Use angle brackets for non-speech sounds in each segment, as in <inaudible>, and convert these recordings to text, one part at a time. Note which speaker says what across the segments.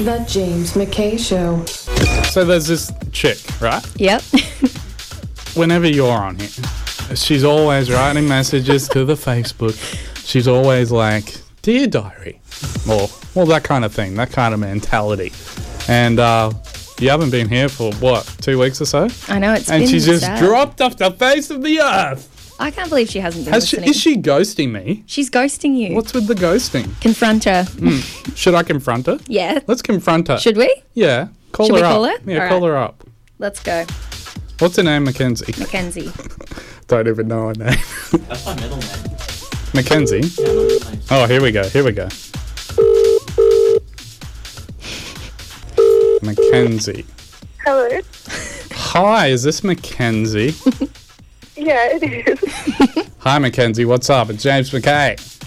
Speaker 1: The James McKay Show.
Speaker 2: So there's this chick, right?
Speaker 3: Yep.
Speaker 2: Whenever you're on here, she's always writing messages to the Facebook. She's always like, "Dear diary," or well, that kind of thing, that kind of mentality. And uh, you haven't been here for what, two weeks or so?
Speaker 3: <laughs> I know it's
Speaker 2: And
Speaker 3: been
Speaker 2: she's just
Speaker 3: sad.
Speaker 2: dropped off the face of the earth.
Speaker 3: I can't believe she hasn't been
Speaker 2: Has she,
Speaker 3: listening.
Speaker 2: is she ghosting me?
Speaker 3: She's ghosting you.
Speaker 2: What's with the ghosting?
Speaker 3: Confront her.
Speaker 2: Should I confront her?
Speaker 3: <laughs> Yeah.
Speaker 2: Mm. Let's confront her.
Speaker 3: Should we?
Speaker 2: yeah. Call
Speaker 3: Should
Speaker 2: her
Speaker 3: we
Speaker 2: up.
Speaker 3: call her?
Speaker 2: Yeah,
Speaker 3: All
Speaker 2: call
Speaker 3: right.
Speaker 2: her up.
Speaker 3: Let's go.
Speaker 2: What's her name, Mackenzie?
Speaker 3: Mackenzie.
Speaker 2: Don't even know her name.
Speaker 4: That's my middle name.
Speaker 2: <laughs> Mackenzie.
Speaker 4: Yeah, my middle name's
Speaker 2: Oh, here we go. Here we <laughs> go. Mackenzie.
Speaker 5: Hello.
Speaker 2: Hi, is this <laughs> Mackenzie?
Speaker 5: Yeah, it is.
Speaker 2: Hi, Mackenzie. What's up? It's James McKay.
Speaker 5: <laughs>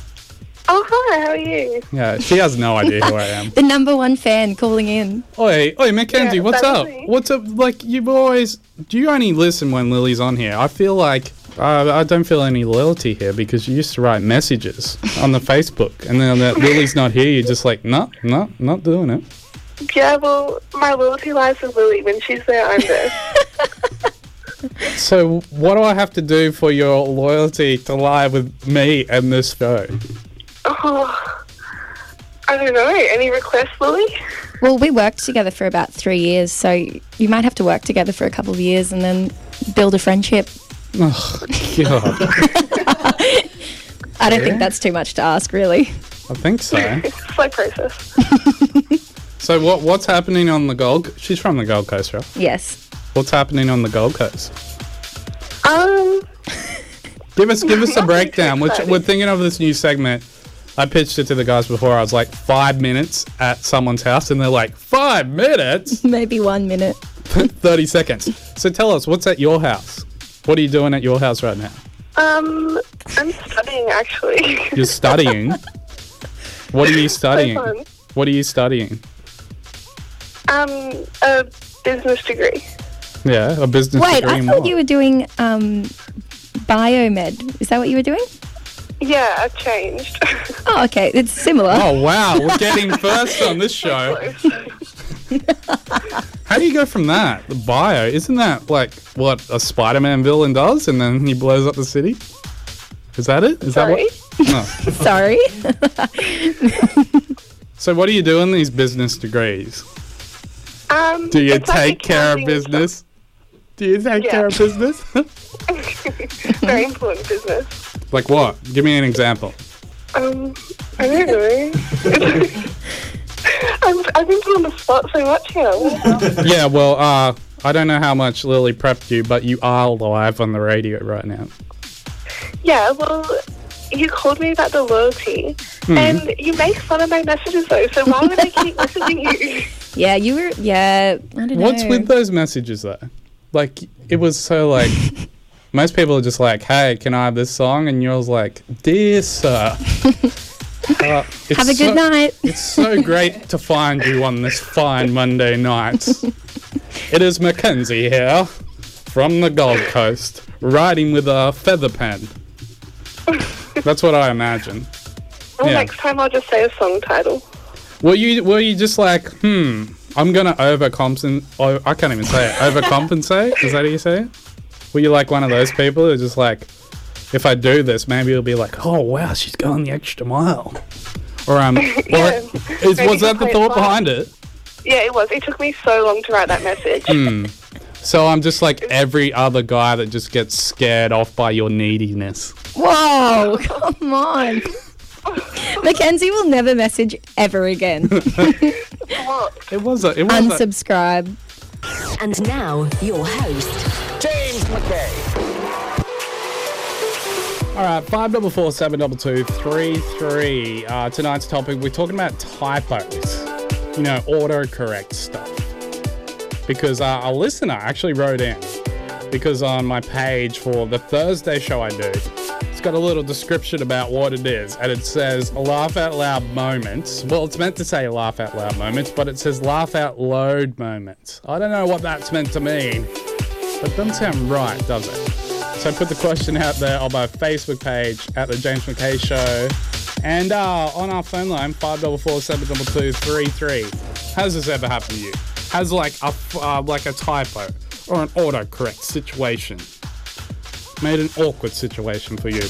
Speaker 5: Oh, hi. How are you?
Speaker 2: Yeah, she has no idea who I am.
Speaker 3: The number one fan calling in.
Speaker 2: <laughs> Oi, oi, Mackenzie,
Speaker 5: Yeah,
Speaker 2: what's
Speaker 5: that's
Speaker 2: up?
Speaker 5: me.
Speaker 2: What's up? Like, you've always. Do you only listen when Lily's on here? I feel like. Uh, I don't feel any loyalty here because you used to write messages on the Facebook, and then that Lily's not here, you're just like, no, no, not doing it.
Speaker 5: Yeah, well, my loyalty lies with Lily. When she's there,
Speaker 2: <laughs>
Speaker 5: I'm there.
Speaker 2: So, what do I have to do for your loyalty to lie with me and this show?
Speaker 5: oh, I don't know. Any requests, Lily?
Speaker 3: Well, we worked together for about three years, so you might have to work together for a couple of years and then build a friendship.
Speaker 2: Oh, God.
Speaker 3: I don't
Speaker 2: Yeah.
Speaker 3: think that's too much to ask, really.
Speaker 2: <laughs>
Speaker 3: <laughs>
Speaker 2: I think so.
Speaker 5: <laughs> It's a slow process.
Speaker 2: So, what what's happening on the Gold? She's from the Gold Coast, right?
Speaker 3: Yes.
Speaker 2: What's happening on the Gold Coast?
Speaker 5: Um,
Speaker 2: Give us give us a
Speaker 5: Nothing
Speaker 2: breakdown. We're,
Speaker 5: exciting.
Speaker 2: we're thinking of this new segment. I pitched it to the guys before. I was like five minutes at someone's house, and they're like five minutes, <laughs>
Speaker 3: Maybe one minute.
Speaker 2: thirty seconds. So tell us, what's at your house? What are you doing at your house right now?
Speaker 5: um, I'm
Speaker 2: <laughs>
Speaker 5: studying actually.
Speaker 2: You're studying. what
Speaker 5: <laughs>
Speaker 2: are you studying?
Speaker 5: fun.
Speaker 2: What are you studying?
Speaker 5: um, a business degree.
Speaker 2: Yeah, a business
Speaker 3: Wait,
Speaker 2: degree
Speaker 3: I
Speaker 2: in
Speaker 3: thought
Speaker 2: what?
Speaker 3: you were doing um, biomed. Is that what you were doing?
Speaker 5: Yeah, I've changed.
Speaker 3: Oh, okay. It's similar.
Speaker 2: Oh wow, we're
Speaker 3: <laughs>
Speaker 2: getting first on this show. How do you go from that? The bio, isn't that like what a Spider-Man villain does, and then he blows up the city? Is that it? Is
Speaker 5: <laughs> Sorry.
Speaker 2: that what? <laughs> No.
Speaker 3: <laughs> Sorry.
Speaker 2: So what are you doing these business degrees?
Speaker 5: Um,
Speaker 2: Do you
Speaker 5: it's like
Speaker 2: take care of
Speaker 5: accounting and
Speaker 2: business? Do you take
Speaker 5: Yeah.
Speaker 2: care of business? <laughs>
Speaker 5: stuff. <laughs> Very important business.
Speaker 2: like what? Give me an example.
Speaker 5: Um, I don't know. <laughs> I'm, I've been put on the spot so much here.
Speaker 2: Yeah, well, uh, I don't know how much Lily prepped you, but you are live on the radio right now.
Speaker 5: Yeah, well, you called me about the loyalty, and you make fun of my messages though. So why would I keep messaging you?
Speaker 3: yeah, you were. Yeah, I don't
Speaker 2: What's
Speaker 3: know.
Speaker 2: with those messages though? Like it was so like
Speaker 3: <laughs>
Speaker 2: most people are just like, "Hey, can I have this song?" And yours like, "Dear
Speaker 3: <laughs>
Speaker 2: sir, uh, it's
Speaker 3: Have a good
Speaker 2: so-
Speaker 3: night.
Speaker 2: It's so great to find you on this fine Monday night. it is Mackenzie here from the Gold Coast, riding with a feather pen. That's what I imagine.
Speaker 5: Well,
Speaker 2: Yeah.
Speaker 5: next time I'll just say a song title.
Speaker 2: Were you were you just like, hmm, I'm gonna overcompensate? Oh, I can't even say it. Overcompensate? Is that how you say it? Were you like one of those people who's just like, if I do this, maybe it'll be like, oh wow, she's going the extra mile, or um, or,
Speaker 5: <laughs> Yeah,
Speaker 2: is,
Speaker 5: maybe
Speaker 2: was that the
Speaker 5: play it
Speaker 2: thought
Speaker 5: fast.
Speaker 2: behind it?
Speaker 5: Yeah, it was. It took me so long to write that message.
Speaker 2: So I'm just like every other guy that just gets scared off by your neediness.
Speaker 3: Whoa, come on. <laughs> Mackenzie will never message ever again.
Speaker 5: What?
Speaker 2: It was a, it was a,
Speaker 3: Unsubscribe.
Speaker 6: And now, your host.
Speaker 2: All right, five double four seven double two three three. Uh, tonight's topic: we're talking about typos. You know, autocorrect stuff. Because uh, a listener actually wrote in because on my page for the Thursday show I do, it's got a little description about what it is, and it says laugh out loud moments. Well, it's meant to say laugh out loud moments, but it says laugh out loud moments. I don't know what that's meant to mean, but it doesn't sound right, does it? So put the question out there on my Facebook page at the James McKay Show And uh, on our phone line, 544-722-33. Has this ever happened to you? Has like a uh, like a typo or an autocorrect situation made an awkward situation for you?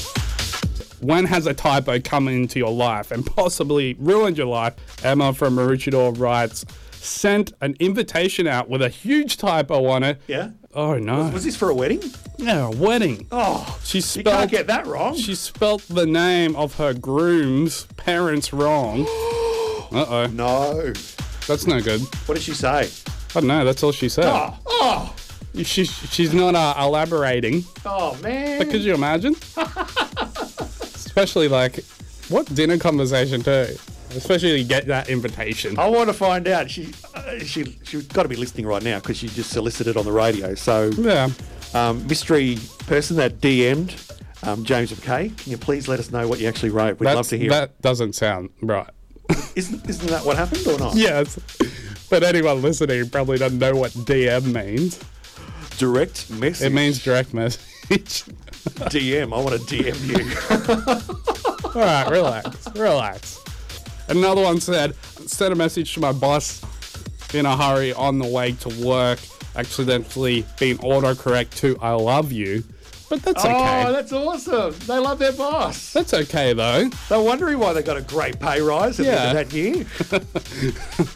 Speaker 2: When has a typo come into your life and possibly ruined your life? Emma from Maroochydore writes, sent an invitation out with a huge typo on it.
Speaker 7: Yeah.
Speaker 2: Oh no.
Speaker 7: Was this for a wedding?
Speaker 2: Yeah, a wedding.
Speaker 7: Oh,
Speaker 2: She
Speaker 7: you
Speaker 2: spelled
Speaker 7: can't get that wrong.
Speaker 2: She spelt the name of her groom's parents
Speaker 7: <gasps>
Speaker 2: wrong. Uh oh,
Speaker 7: No.
Speaker 2: that's no good.
Speaker 7: What did she
Speaker 2: I
Speaker 7: say?
Speaker 2: don't know. That's all she said.
Speaker 7: Oh, oh,
Speaker 2: She, she's not uh, elaborating.
Speaker 7: oh man.
Speaker 2: But could you
Speaker 7: <laughs>
Speaker 2: imagine? Especially like, what dinner conversation too? Especially you get that invitation.
Speaker 7: I want to find out. She, uh, she, she's got to be listening right now because she just solicited on the radio. So,
Speaker 2: Yeah.
Speaker 7: um, mystery person that DM'd um, James McKay, can you please let us know what you actually wrote? We'd love
Speaker 2: That's-
Speaker 7: to hear.
Speaker 2: that doesn't sound right.
Speaker 7: it. Isn't, isn't that what happened or not?
Speaker 2: Yes. <laughs> But anyone listening probably doesn't know what DM means.
Speaker 7: Direct message.
Speaker 2: It
Speaker 7: <laughs>
Speaker 2: means direct message.
Speaker 7: DM. I want to DM you.
Speaker 2: All right, relax, relax. Another one said, sent a message to my boss in a hurry on the way to work, accidentally being autocorrect to I love you. But that's okay.
Speaker 7: Oh, that's awesome. They love their boss.
Speaker 2: that's okay though.
Speaker 7: They're wondering why they got a great pay rise at the end of that year.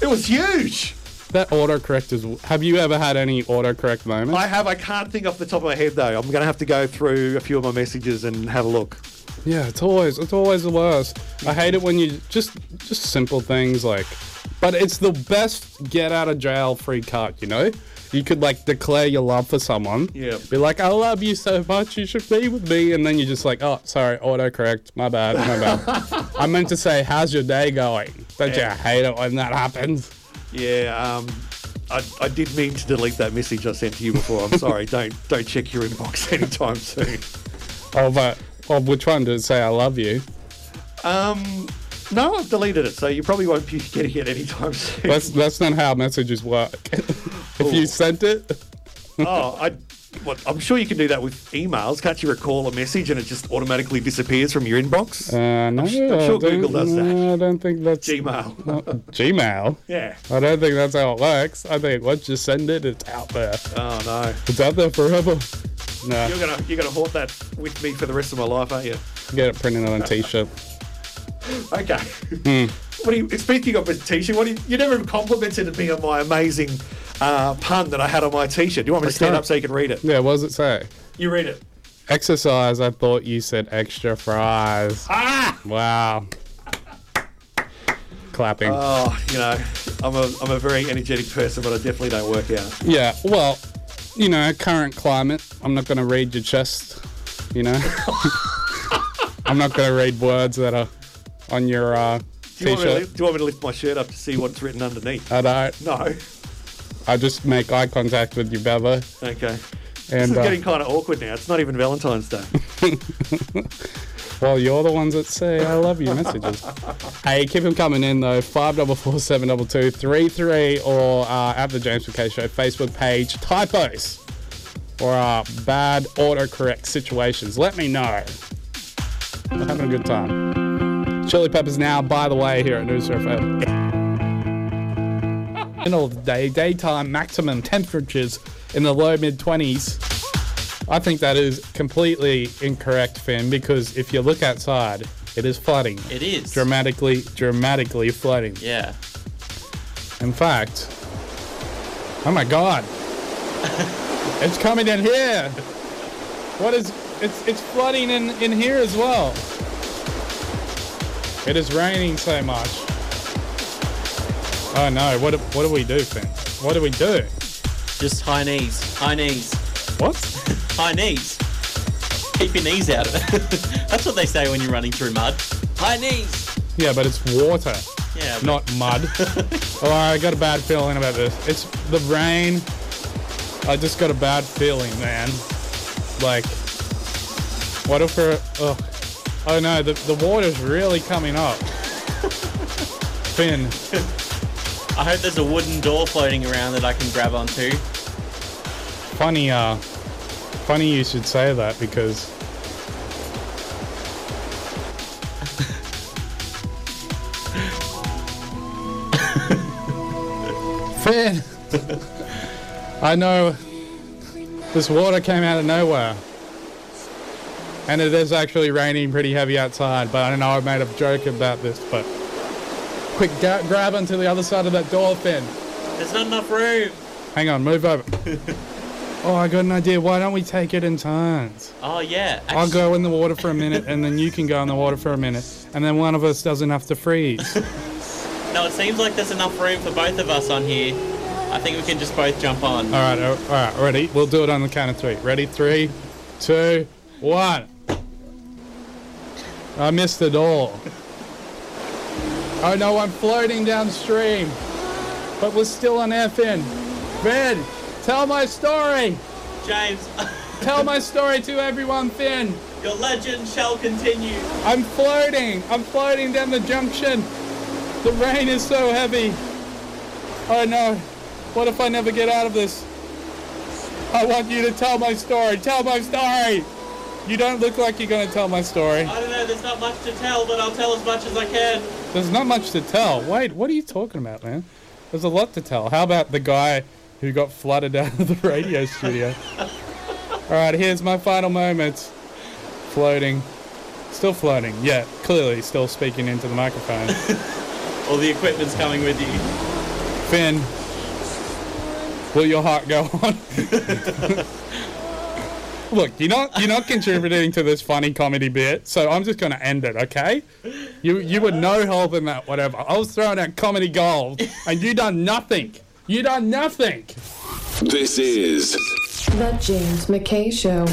Speaker 7: it was huge.
Speaker 2: That autocorrect is. Have you ever had any autocorrect moments?
Speaker 7: I have. I can't think off the top of my head though. I'm going to have to go through a few of my messages and have a look.
Speaker 2: yeah, it's always it's always the worst. I hate it when you just just simple things like, but it's the best get out of jail free card. You know, you could like declare your love for someone.
Speaker 7: Yeah.
Speaker 2: Be like, I love you so much. You should be with me. And then you're just like, oh, sorry, autocorrect. My bad. My
Speaker 7: <laughs>
Speaker 2: bad. I meant to say, how's your day going? Don't
Speaker 7: Yeah.
Speaker 2: you hate it when that happens?
Speaker 7: Yeah. Um, I, I did mean to delete that message I sent to you before. I'm sorry. <laughs> don't don't check your inbox <laughs> anytime soon.
Speaker 2: Or but or which one did it say? I love you.
Speaker 7: Um, no, I've deleted it, so you probably won't be getting it anytime soon.
Speaker 2: That's that's not how messages work. <laughs> if
Speaker 7: Ooh.
Speaker 2: you sent it,
Speaker 7: <laughs> oh, I. What, I'm sure you can do that with emails. Can't you recall a message and it just automatically disappears from your inbox?
Speaker 2: uh, no,
Speaker 7: su- I'm sure
Speaker 2: I don't-
Speaker 7: Google does that.
Speaker 2: no, I don't think that's
Speaker 7: Gmail.
Speaker 2: uh, <laughs> Gmail.
Speaker 7: Yeah.
Speaker 2: I don't think that's how it works. I think once you send it, it's out there.
Speaker 7: Oh no.
Speaker 2: It's out there forever. No,
Speaker 7: You're gonna you're gonna haunt that with me for the rest of my life, aren't you?
Speaker 2: get it printed on a t-shirt.
Speaker 7: Okay. What do you speaking of a t-shirt? What do you, you never complimented me on my amazing uh, pun that I had on my t-shirt. Do you want me to stand
Speaker 2: can't.
Speaker 7: up so you can read it?
Speaker 2: Yeah, what does it say?
Speaker 7: You read it.
Speaker 2: Exercise. I thought you said extra fries.
Speaker 7: Ah!
Speaker 2: Wow. Clapping.
Speaker 7: Oh, you know, I'm a I'm a very energetic person, but I definitely don't work out.
Speaker 2: yeah. Well, you know, current climate. I'm not gonna read your chest. You
Speaker 7: <laughs>
Speaker 2: know. I'm not gonna read words that are on your uh,
Speaker 7: Do you, want me
Speaker 2: t-shirt.
Speaker 7: to,
Speaker 2: Uh.
Speaker 7: lift- do you want me to lift my shirt up to see what's written underneath?
Speaker 2: I don't.
Speaker 7: No.
Speaker 2: I just make eye contact with you, Bevo.
Speaker 7: Okay. This
Speaker 2: And
Speaker 7: is
Speaker 2: uh,
Speaker 7: getting kind of awkward now. It's not even Valentine's Day.
Speaker 2: well, you're the ones that say I love you messages. hey, keep them coming in though. Five double four seven double two three three or uh, at the James McKay Show Facebook page. Typos or uh, bad autocorrect situations. Let me know. We're having a good time. Chili Peppers now. By the way, here at News <laughs> FM. Middle of the day, daytime maximum temperatures in the low mid 20s. I think that is completely incorrect, Finn, because if you look outside, it is flooding.
Speaker 4: It is.
Speaker 2: Dramatically, dramatically flooding.
Speaker 4: Yeah.
Speaker 2: In fact, oh my god, it's coming in here. What is? It's it's flooding in in here as well. It is raining so much. Oh no! What do- what do we do, Finn? What do we do?
Speaker 4: Just high knees. High knees.
Speaker 2: What?
Speaker 4: High knees. Keep your knees out of it. <laughs> That's what they say when you're running through mud. High knees.
Speaker 2: Yeah, but it's water.
Speaker 4: Yeah. but-
Speaker 2: not
Speaker 4: <laughs>
Speaker 2: mud. oh, I got a bad feeling about this. It's the rain. I just got a bad feeling, man. Like, what if we're? Ugh. Oh no, the, the water's really coming up.
Speaker 4: <laughs>
Speaker 2: Finn,
Speaker 4: I hope there's a wooden door floating around that I can grab onto.
Speaker 2: funny, uh, funny you should say that because Finn, I know this water came out of nowhere. And it is actually raining pretty heavy outside, but I know I made a joke about this, but quick ga- grab onto the other side of that door, Finn.
Speaker 4: There's not enough room.
Speaker 2: Hang on, move over. oh, I got an idea. Why don't we take it in turns?
Speaker 4: Oh yeah.
Speaker 2: I'll
Speaker 4: Actually-
Speaker 2: go in the water for a minute, and then you can go in the water for a minute, and then one of us doesn't have to freeze.
Speaker 4: No, it seems like there's enough room for both of us on here. I think we can just both jump on.
Speaker 2: All right, all right, ready? We'll do it on the count of three. Ready? Three, two, one. I missed it all. Oh no, I'm floating downstream, but we're still on FN. Ben, tell my story.
Speaker 4: James, <laughs>
Speaker 2: Tell my story to everyone, Finn.
Speaker 4: your legend shall continue.
Speaker 2: I'm floating. I'm floating down the junction. The rain is so heavy. Oh no. What if I never get out of this? I want you to tell my story. Tell my story. You don't look like you're going to tell my story.
Speaker 4: I don't know, there's not much to tell, but I'll tell as much as I can.
Speaker 2: There's not much to tell. Wait, what are you talking about, man? There's a lot to tell. How about the guy who got flooded out of the radio studio? All right, here's my final moments. Floating. Still floating. Yeah, clearly still speaking into the microphone.
Speaker 4: All the equipment's coming with you.
Speaker 2: Finn, will your heart go on? Look, you're not you're not contributing to this funny comedy bit, so I'm just gonna end it, okay? You you were no help in that whatever. I was throwing out comedy gold and you done nothing. You done nothing.
Speaker 8: This is
Speaker 1: The James McKay Show.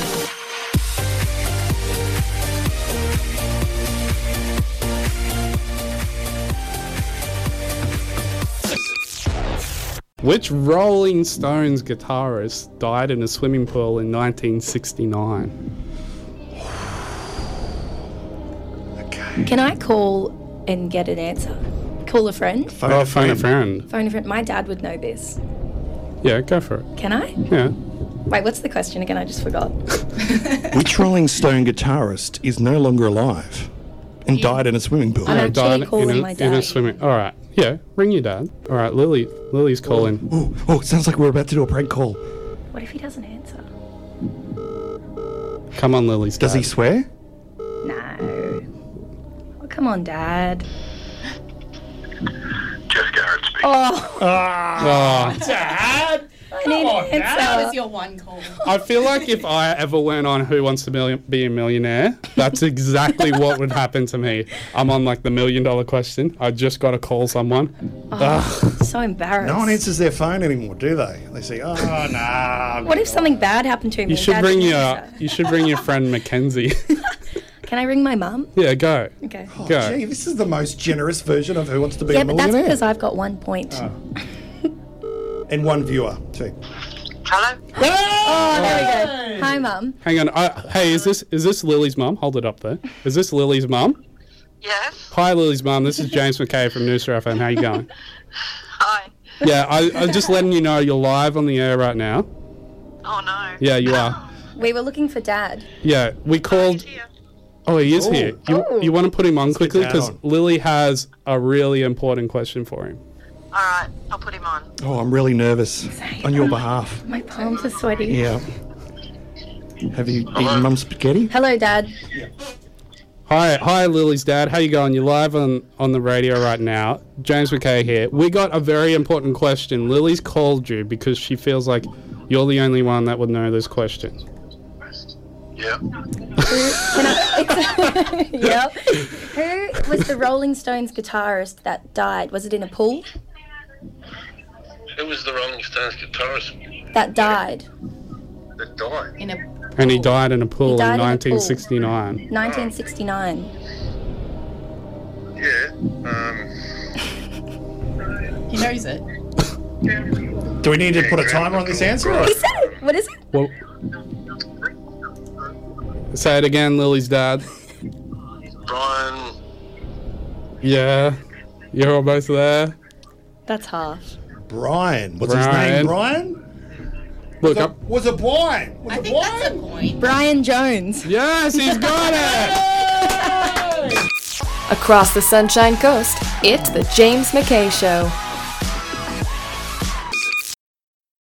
Speaker 2: Which Rolling Stones guitarist died in a swimming pool in 1969?
Speaker 3: Can I call and get an answer? Call a friend?
Speaker 2: oh, phone a friend.
Speaker 3: Phone a friend. My dad would know this.
Speaker 2: Yeah, go for it.
Speaker 3: Can I?
Speaker 2: Yeah.
Speaker 3: Wait, what's the question again? I just forgot.
Speaker 9: Which Rolling Stone guitarist is no longer alive and died in a swimming pool?
Speaker 3: I'm actually
Speaker 2: in
Speaker 3: calling
Speaker 2: a,
Speaker 3: my
Speaker 2: in a
Speaker 3: dad.
Speaker 2: swimming. All right. Yeah, ring your dad. All right, Lily. Lily's calling.
Speaker 9: Oh, oh, it sounds like we're about to do a prank call.
Speaker 3: What if he doesn't answer?
Speaker 2: Come on, Lily's
Speaker 9: Does he
Speaker 2: dad.
Speaker 9: swear?
Speaker 3: No. Oh, come on, Dad.
Speaker 8: Jeff Garrett speaking.
Speaker 3: Oh,
Speaker 2: Oh,
Speaker 3: I need an
Speaker 10: That was
Speaker 3: answer.
Speaker 10: your one call.
Speaker 2: I feel like if I ever went on Who Wants to Million- Be a Millionaire, that's exactly what would happen to me. I'm on like the million dollar question. I just got to call someone.
Speaker 3: So embarrassed.
Speaker 9: No one answers their phone anymore, do they? They say, oh,
Speaker 7: Ah.
Speaker 9: nah.
Speaker 3: What if something bad happened to me?
Speaker 2: You
Speaker 3: and
Speaker 2: should
Speaker 3: Dad
Speaker 2: bring
Speaker 3: didn't
Speaker 2: your
Speaker 3: answer?
Speaker 2: you should bring your friend Mackenzie. <laughs>
Speaker 3: Can I ring my mum?
Speaker 2: yeah, go.
Speaker 3: Okay.
Speaker 2: Go.
Speaker 9: Oh, Gee, this is the most generous version of Who Wants to Be
Speaker 3: Yeah,
Speaker 9: a
Speaker 3: but that's
Speaker 9: Millionaire.
Speaker 3: because I've got one point.
Speaker 2: Ah.
Speaker 9: and one viewer, too.
Speaker 5: Hello?
Speaker 3: <laughs> Oh, there we go. Hi, mum.
Speaker 2: Hang on. I, hey, is this is this Lily's mum? Hold it up there. Is this Lily's mum?
Speaker 5: Yes?
Speaker 2: Hi, Lily's mum. This is James McKay from Noosa FM. How you going?
Speaker 5: Hi.
Speaker 2: Yeah, I, I'm just letting you know you're live on the air right now.
Speaker 5: Oh no.
Speaker 2: Yeah, you are.
Speaker 3: We were looking for Dad.
Speaker 2: Yeah, we called. Oh, he is
Speaker 9: Ooh.
Speaker 2: here. You, you want to put him on quickly
Speaker 9: that
Speaker 2: because
Speaker 9: on.
Speaker 2: Lily has a really important question for him.
Speaker 5: Alright, I'll put him on.
Speaker 9: Oh, I'm really nervous on your behalf.
Speaker 3: My palms are sweaty.
Speaker 9: Yeah. Have you eaten mum's spaghetti?
Speaker 2: <laughs>
Speaker 3: Hello, Dad.
Speaker 2: Hi, hi, Lily's dad. How you going? You're live on on the radio right now. James McKay here. We got a very important question. Lily's called you because she feels like you're the only one that would know this question.
Speaker 8: Yeah.
Speaker 3: yep. Who was the Rolling Stones guitarist that died? Was it in a pool?
Speaker 8: Who was the Rolling Stones guitarist
Speaker 3: That died.
Speaker 8: that died?
Speaker 10: In a
Speaker 2: And he died in a pool in
Speaker 3: died in a pool.
Speaker 2: 1969.
Speaker 3: 1969.
Speaker 8: Yeah. Um,
Speaker 10: he knows it.
Speaker 7: Do we need to put a timer on this answer? or-
Speaker 3: Is it? What is it?
Speaker 2: Well, say it again, Lily's dad.
Speaker 8: Brian.
Speaker 2: Yeah, you're almost there.
Speaker 3: That's half.
Speaker 9: Brian. What's his
Speaker 2: Brian.
Speaker 9: name? Brian?
Speaker 2: Look up.
Speaker 9: Was it Brian? Was
Speaker 10: I
Speaker 9: it
Speaker 10: think that's a
Speaker 9: Brian?
Speaker 10: point.
Speaker 3: Brian Jones.
Speaker 2: Yes, he's got it.
Speaker 1: Across the Sunshine Coast, it's The James McKay Show.